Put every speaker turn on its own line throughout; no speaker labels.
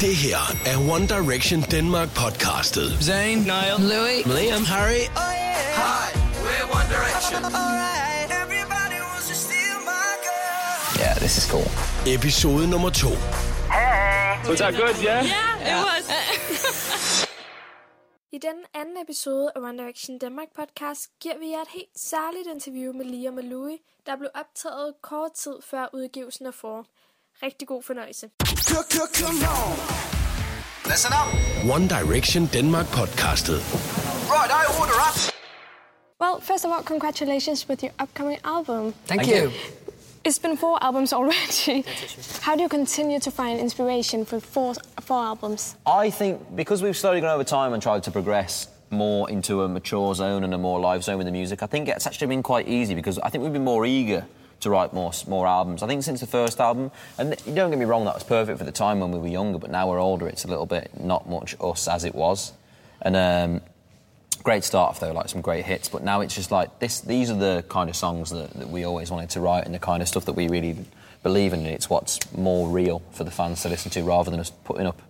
Det her er One Direction Danmark podcastet.
Zayn, Niall, Louis, Liam, Harry. Yeah, this is cool.
Episode nummer 2.
Was that good? Yeah.
I den anden episode af One Direction Danmark podcast giver vi jer et helt særligt interview med Liam og Louis, der blev optaget kort tid før udgivelsen af For. Rigtig god fornøjelse.
Listen up.
One Direction Danmark podcastet.
Right, I order up.
Well, first of all, congratulations with your upcoming album.
Thank, you.
It's been four albums already. How do you continue to find inspiration for four, four albums?
I think because we've slowly gone over time and tried to progress more into a mature zone and a more live zone with the music, I think it's actually been quite easy because I think we've been more eager to write more more albums. I think since the first album, and th- don't get me wrong, that was perfect for the time when we were younger, but now we're older, it's a little bit not much us as it was. And um, great start off though, like some great hits. But now it's just like this. These are the kind of songs that, that we always wanted to write, and the kind of stuff that we really believe in. and It's what's more real for the fans to listen to, rather than us putting up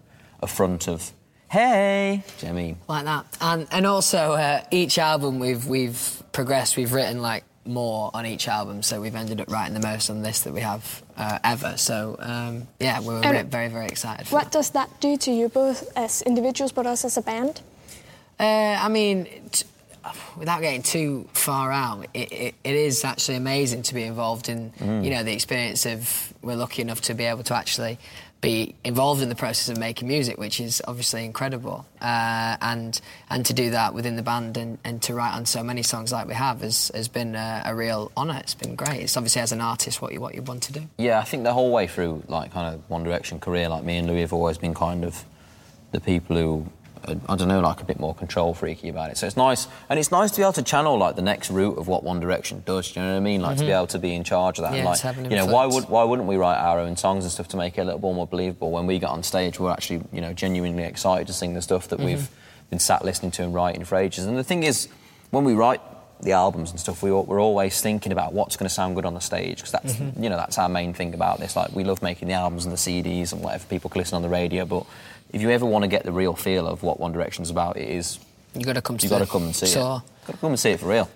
a front of "Hey." Do you know what I mean?
Like that. And and also uh, each album we've we've progressed. We've written like more on each album, so we've ended up writing the most on this that we have uh, ever. So um, yeah, we were
And-
re- very very excited. For
What does that do to you, both as individuals but also as a band?
Uh, I mean, t- without getting too far out, it, it, it is actually amazing to be involved in,
Mm.
you know, the experience of we're lucky enough to be able to actually be involved in the process of making music, which is obviously incredible. Uh, and and to do that within the band and, and to write on so many songs like we have has, has been a, a real honour. It's been great. It's obviously as an artist what you what you want to do.
Yeah, I think the whole way through, like kind of One Direction career, like me and Louis have always been kind of the people who, are, I don't know, like a bit more control freaky about it. So it's nice, and it's nice to be able to channel like the next route of what One Direction does. Do you know what I mean? Like to be able to be in charge of that.
Mm-hmm. Yeah,
and, like,
it's having
you know, why
influence.
would why wouldn't we write our own songs and stuff to make it a little more believable? When we get on stage, we're actually you know genuinely excited to sing the stuff that we've been sat listening to and writing for ages. And the thing is, when we write the albums and stuff, we, al- we're always thinking about what's going to sound good on the stage because that's you know that's our main thing about this. Like we love making the albums and the CDs and whatever people can listen on the radio, but if you ever want to get the real feel of what One Direction's about, it is
You got to come to
you
the
got to come and see
tour.
it. Got to come and see it for real,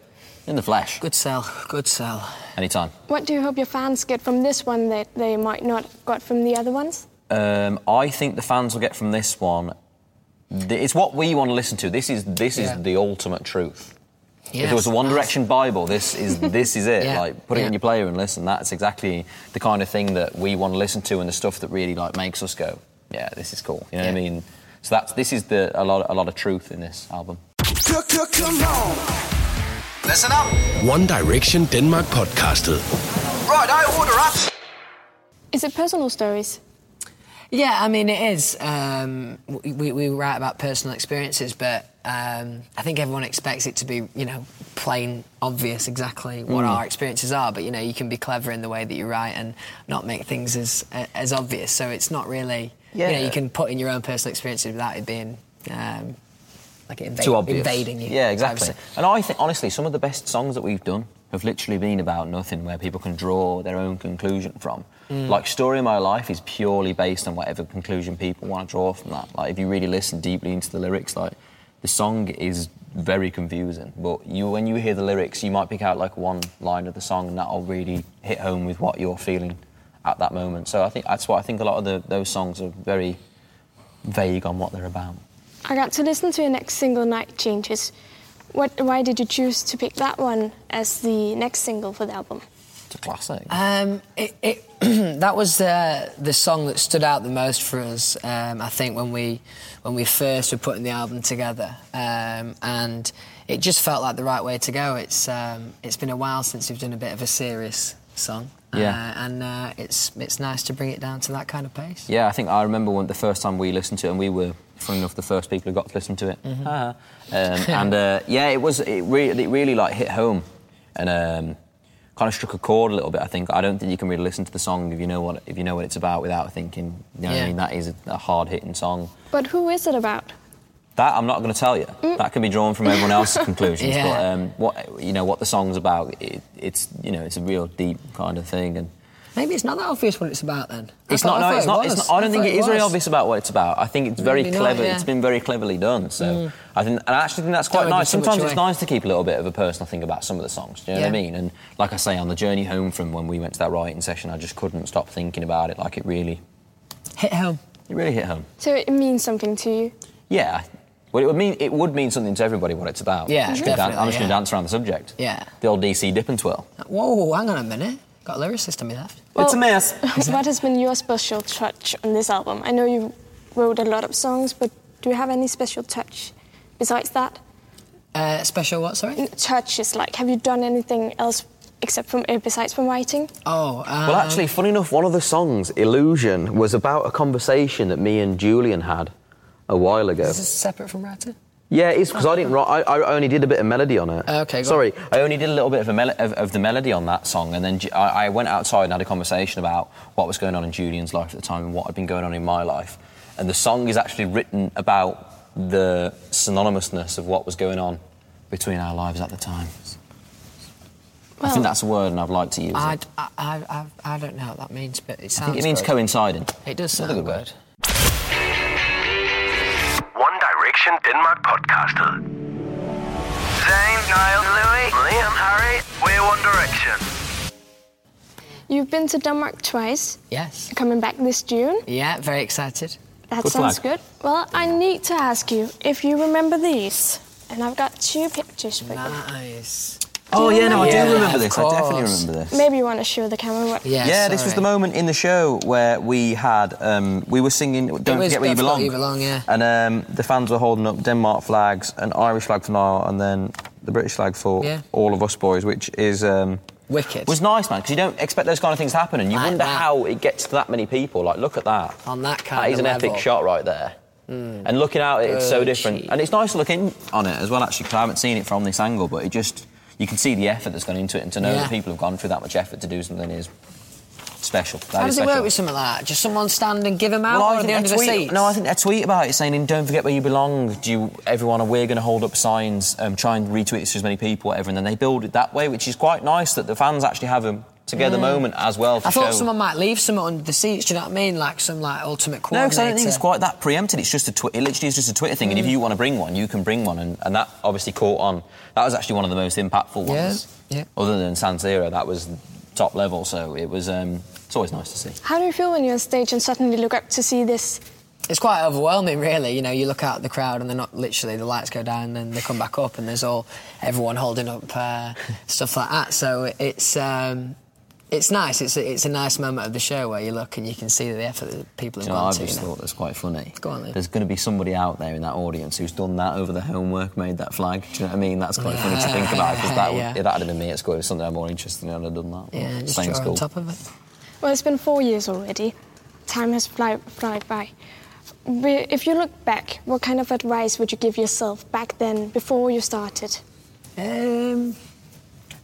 in the flesh,
Good sell, good sell.
anytime.
What do you hope your fans get from this one that they might not got from the other ones?
Um, I think the fans will get from this one. th- It's what we want to listen to. This is this
Yeah.
is the ultimate truth.
Yes,
if there was a One
nice.
Direction Bible, this is this is it.
Yeah,
Like put it
yeah.
in your player and listen. That's exactly the kind of thing that we want to listen to, and the stuff that really like makes us go, yeah, this is cool. You know what I
Yeah.
mean? So that's this is the a lot a lot of truth in this album.
Listen up.
One Direction Danmark podcastet.
Right, I order up.
Is it personal stories?
Yeah, I mean, it is. Um, we, we- we write about personal experiences, but um, I think everyone expects it to be, you know, plain obvious exactly
Hmm.
what our experiences are. But, you know, you can be clever in the way that you write and not make things as, as obvious. So it's not really, you know,
Yeah.
you can put in your own personal experiences without it being um, like it invade,
too obvious.
invading you.
Yeah,
type of
exactly.
thing.
And I think honestly, some of the best songs that we've done have literally been about nothing, where people can draw their own conclusion from.
Mm.
Like "Story of My Life" is purely based on whatever conclusion people want to draw from that. Like if you really listen deeply into the lyrics, like the song is very confusing. But you, when you hear the lyrics, you might pick out like one line of the song, and that'll really hit home with what you're feeling at that moment. So I think that's why I think a lot of the, those songs are very vague on what they're about.
I got to listen to your next single, Night Changes. What, why did you choose to pick that one as the next single for the album?
It's a classic.
Um, it, it, that was uh, the song that stood out the most for us. Um, I think when we when we first were putting the album together, um, and it just felt like the right way to go. It's um, it's been a while since we've done a bit of a serious song,
Yeah.
uh, and uh, it's it's nice to bring it down to that kind of pace.
Yeah, I think I remember when the first time we listened to it, and we were, funny enough, the first people who got to listen to it.
Mm-hmm.
Haha. Um, and uh, yeah, it was it really, it really like hit home, and um, kind of struck a chord a little bit. I think I don't think you can really listen to the song if you know what if you know what it's about without thinking. You know what
Yeah.
I mean? That is a, a hard hitting song.
But who is it about?
That I'm not going to tell you. That can be drawn from everyone else's conclusions.
Mm. Yeah.
But um, what you know, what the song's about, it, it's you know, it's a real deep kind of thing, and
Maybe it's not that obvious what it's about then. I
It's
thought-
not. No,
I thought
it's
it
not, it's
was.
not. I don't
thought
think it is
was.
really obvious about what it's about. I think it's very
Maybe not,
clever.
yeah. Mm.
It's been very cleverly done. So I think, and actually, think that's quite
Don't give
nice.
too much
Sometimes it's
away.
nice to keep a little bit of a personal thing about some of the songs. Do you know what I
Yeah.
mean? And like I say, on the journey home from when we went to that writing session, I just couldn't stop thinking about it. Like it really,
Hit home.
it really hit home.
So it means something to you.
Yeah. Well, it would mean it would mean something to everybody what it's about.
Yeah,
I'm just gonna dan-
definitely,
I'm just going to
yeah.
dance around the subject.
Yeah.
The old DC dip and twirl.
Whoa, hang on a minute. Got a lyricist on me left.
it's a mess.
what has been your special touch on this album? I know you wrote a lot of songs, but do you have any special touch besides that?
Uh, special what,
Mm.
sorry?
Touch is like, have you done anything else except from uh, besides from writing?
Oh, um,
Well, actually, funny enough, one of the songs, Illusion, was about a conversation that me and Julian had a while ago.
Is this separate from writing?
Yeah, it's because I didn't write. I, I only did a bit of melody on it.
Okay, go
Sorry, I only did a little bit of, a mel- of, of the melody on that song, and then Ju- I, I went outside and had a conversation about what was going on in Julian's life at the time and what had been going on in my life. And the song is actually written about the synonymousness of what was going on between our lives at the time. I
Well-
think that's a word, and I'd like to use
I,
it.
I, I, I don't know what that means, but it
I
sounds
think it means
good.
coinciding.
It does
Another
sound good.
good word.
One Direction Denmark podcastet. Zane, Niall, Louis, Liam, Harry, we're One Direction.
You've been to Denmark twice,
Yes.
coming back this June.
Yeah, very excited.
That
Good
sounds
flag.
good. Well, I need to ask you if you remember these. And I've got two pictures for you.
Nice.
Oh yeah, no, I
Yeah,
do remember
of
this. I definitely
course.
remember this.
Maybe you want to show the camera what
Yeah,
Yeah, this was
sorry.
the moment in the show where we had um, we were singing "Don't
was
Forget Where You
Don't Forget
Belong."
Where You Belong, yeah.
And um, the fans were holding up Denmark flags, an Irish flag for Niall, and then the British flag for
Yeah.
all of us boys, which is um,
Wicked.
was nice, man, because you don't expect those kind of things to happen, and you
Like
wonder
that.
how it gets to that many people. Like, look at that.
On that kind
That is
of
an epic
level. Hmm.
shot right there. And looking out, it's so
Good
different,
cheek.
and it's nice to look in on it as well. Actually, 'cause I haven't seen it from this angle, but it just you can see the effort that's gone into it, and to know
Yeah.
that people have gone through that much effort to do something is special. That
How
is
does it
special.
work with something like that? Just someone stand and give them out
Well, I
or at
think
the end of
a
the
tweet,
seat?
No, I think a tweet about it saying, in "Don't forget where you belong." Do you, everyone, we're going to hold up signs, um, try and retweet this to as many people, whatever, and then they build it that way, which is quite nice that the fans actually have a together moment as well. For
Mm. I thought
show.
someone might leave some under the seats. Do you know what I mean? Like some like ultimate
No,
coordinator. Mm.
because I don't think it's quite that preempted. It's just a twi- it literally is just a Twitter thing, and if you want to bring one, you can bring one, and, and that obviously caught on. That was actually one of the most impactful
Yeah,
ones.
yeah.
Other than San Siro, that was top level, so it was. Um, it's always nice to see.
How do you feel when you're on stage and suddenly look up to see this?
It's quite overwhelming, really. You know, you look out at the crowd and they're not literally the lights go down and then they come back up and there's all everyone holding up uh, stuff like that. So it's um, it's nice. It's a, it's a nice moment of the show where you look and you can see the effort that people have
Do you know,
gone
I've
to. you
just
know.
thought that's quite funny.
Go on, Lou.
There's going to be somebody out there in that audience who's done that over the homework, made that flag. Do you know what I mean? That's quite funny to think about because that would,
Yeah.
if that had been me at school, it was something I'm more interested in. I'd have done that.
Yeah, just
Same
draw
school.
on top of it.
Well, it's been four years already. Time has fly, flied by. But If you look back, what kind of advice would you give yourself back then, before you started?
Um,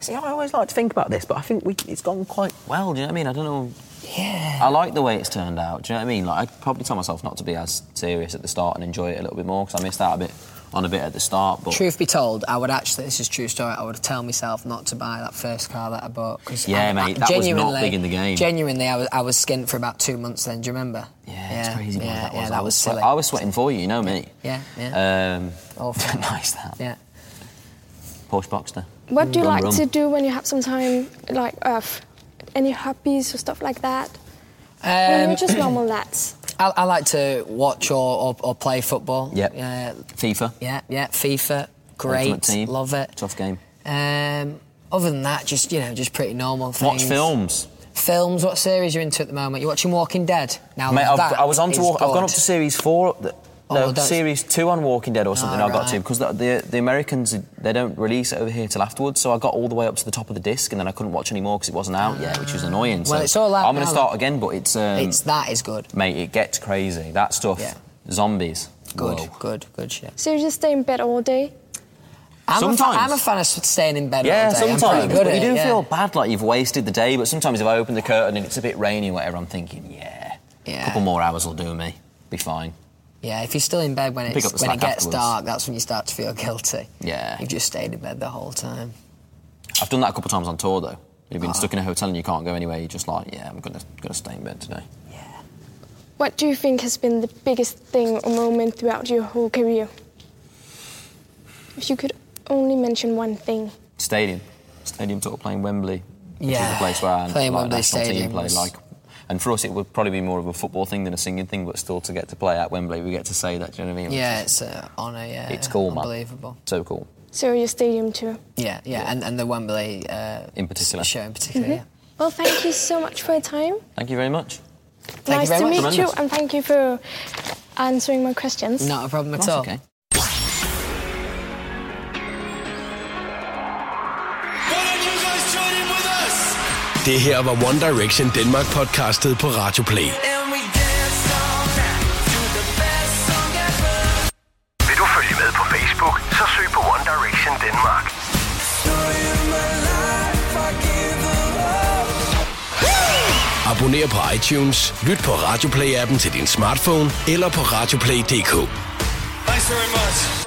See, I always like to think about this, but I think we, it's gone quite well. Do you know what I mean? I don't know.
yeah.
I like the way it's turned out. Do you know what I mean? Like, I'd probably tell myself not to be as serious at the start and enjoy it a little bit more because I missed out a bit on a bit at the start. But
Truth be told, I would actually, this is true story, I would tell myself not to buy that first car that I bought. 'cause
Yeah,
I-
mate,
I,
that was not
genuinely-
big in the game.
Genuinely, I was, I was skint for about two months then, do you remember?
yeah, it's crazy. man,
Yeah,
that was,
yeah,
I
that was
swe-
silly.
I was sweating for you. You know me.
Yeah, yeah.
Um,
Awful.
nice that.
yeah.
Porsche Boxster.
What do you
Rum,
like
rum.
to do when you have some time, like off? Any hobbies or stuff like that? When
Um,
you're just normal lads.
I, I like to watch or, or, or play football.
Yep.
Yeah,
FIFA.
yeah, yeah. FIFA, great,
Ultimate team.
love it.
Tough game.
Um, other than that, just you know, just pretty normal things.
Watch films.
Films. What series you're into at the moment? You're watching Walking Dead now.
Mate, I've,
Oh, that
I was on to.
is
Walk, I've gone
good.
up to series four. up th-
Oh,
No,
well, don't-
series two on Walking Dead or something.
Ah,
I got to
right.
because the, the the Americans they don't release it over here till afterwards. So I got all the way up to the top of the disc and then I couldn't watch anymore because it wasn't out yet, which was annoying.
Ah. Well,
so
it's all out
I'm going
now,
to start
though.
again, but it's, um,
It's that is good.
mate, it gets crazy. That stuff,
Yeah.
zombies,
Good,
Whoa.
good, good shit.
So you just stay in bed all day.
I'm a, fa-
Sometimes.
I'm a fan of staying in bed
Yeah,
all day. I'm pretty
sometimes.
good
But
at
you
it,
do
yeah.
feel bad like you've wasted the day. But sometimes if I open the curtain and it's a bit rainy or whatever, I'm thinking, yeah,
Yeah.
a couple more hours will do me. Be fine.
Yeah, if you're still in bed when,
Pick
it's,
up the
when
slack
it gets
afterwards.
dark, that's when you start to feel guilty.
Yeah.
You've just stayed in bed the whole time.
I've done that a couple of times on tour though. You've
Oh.
been stuck in a hotel and you can't go anywhere. You're just like, yeah, I'm gonna gonna stay in bed today.
What do you think has been the biggest thing or moment throughout your whole career? If you could only mention one thing.
Stadium, stadium sort of playing Wembley, which is
Yeah,
a place where our
playing
like,
Wembley
national team
Stadium
play.
was-
Like, and for us, it would probably be more of a football thing than a singing thing. But still, to get to play at Wembley, we get to say that. Do you know what I mean?
Yeah, it's uh, an honour. Yeah,
It's cool, man.
unbelievable.
So cool.
So your stadium tour.
Yeah, yeah, and, and the Wembley uh,
In particular.
show in particular.
Mm-hmm.
Yeah.
Well, thank you so much for your time.
Thank you very much.
Thank you
nice
very
to
much.
meet you,
Tremendous.
and thank you for answering my questions.
Not a problem at
That's
all.
okay.
Det her var One Direction Danmark podcastet på Radio Play.
Vil du følge med på Facebook, så søg på One Direction Danmark.
Abonner på iTunes, lyt på Radio Play-appen til din smartphone eller på radioplay.dk.
Thanks very much.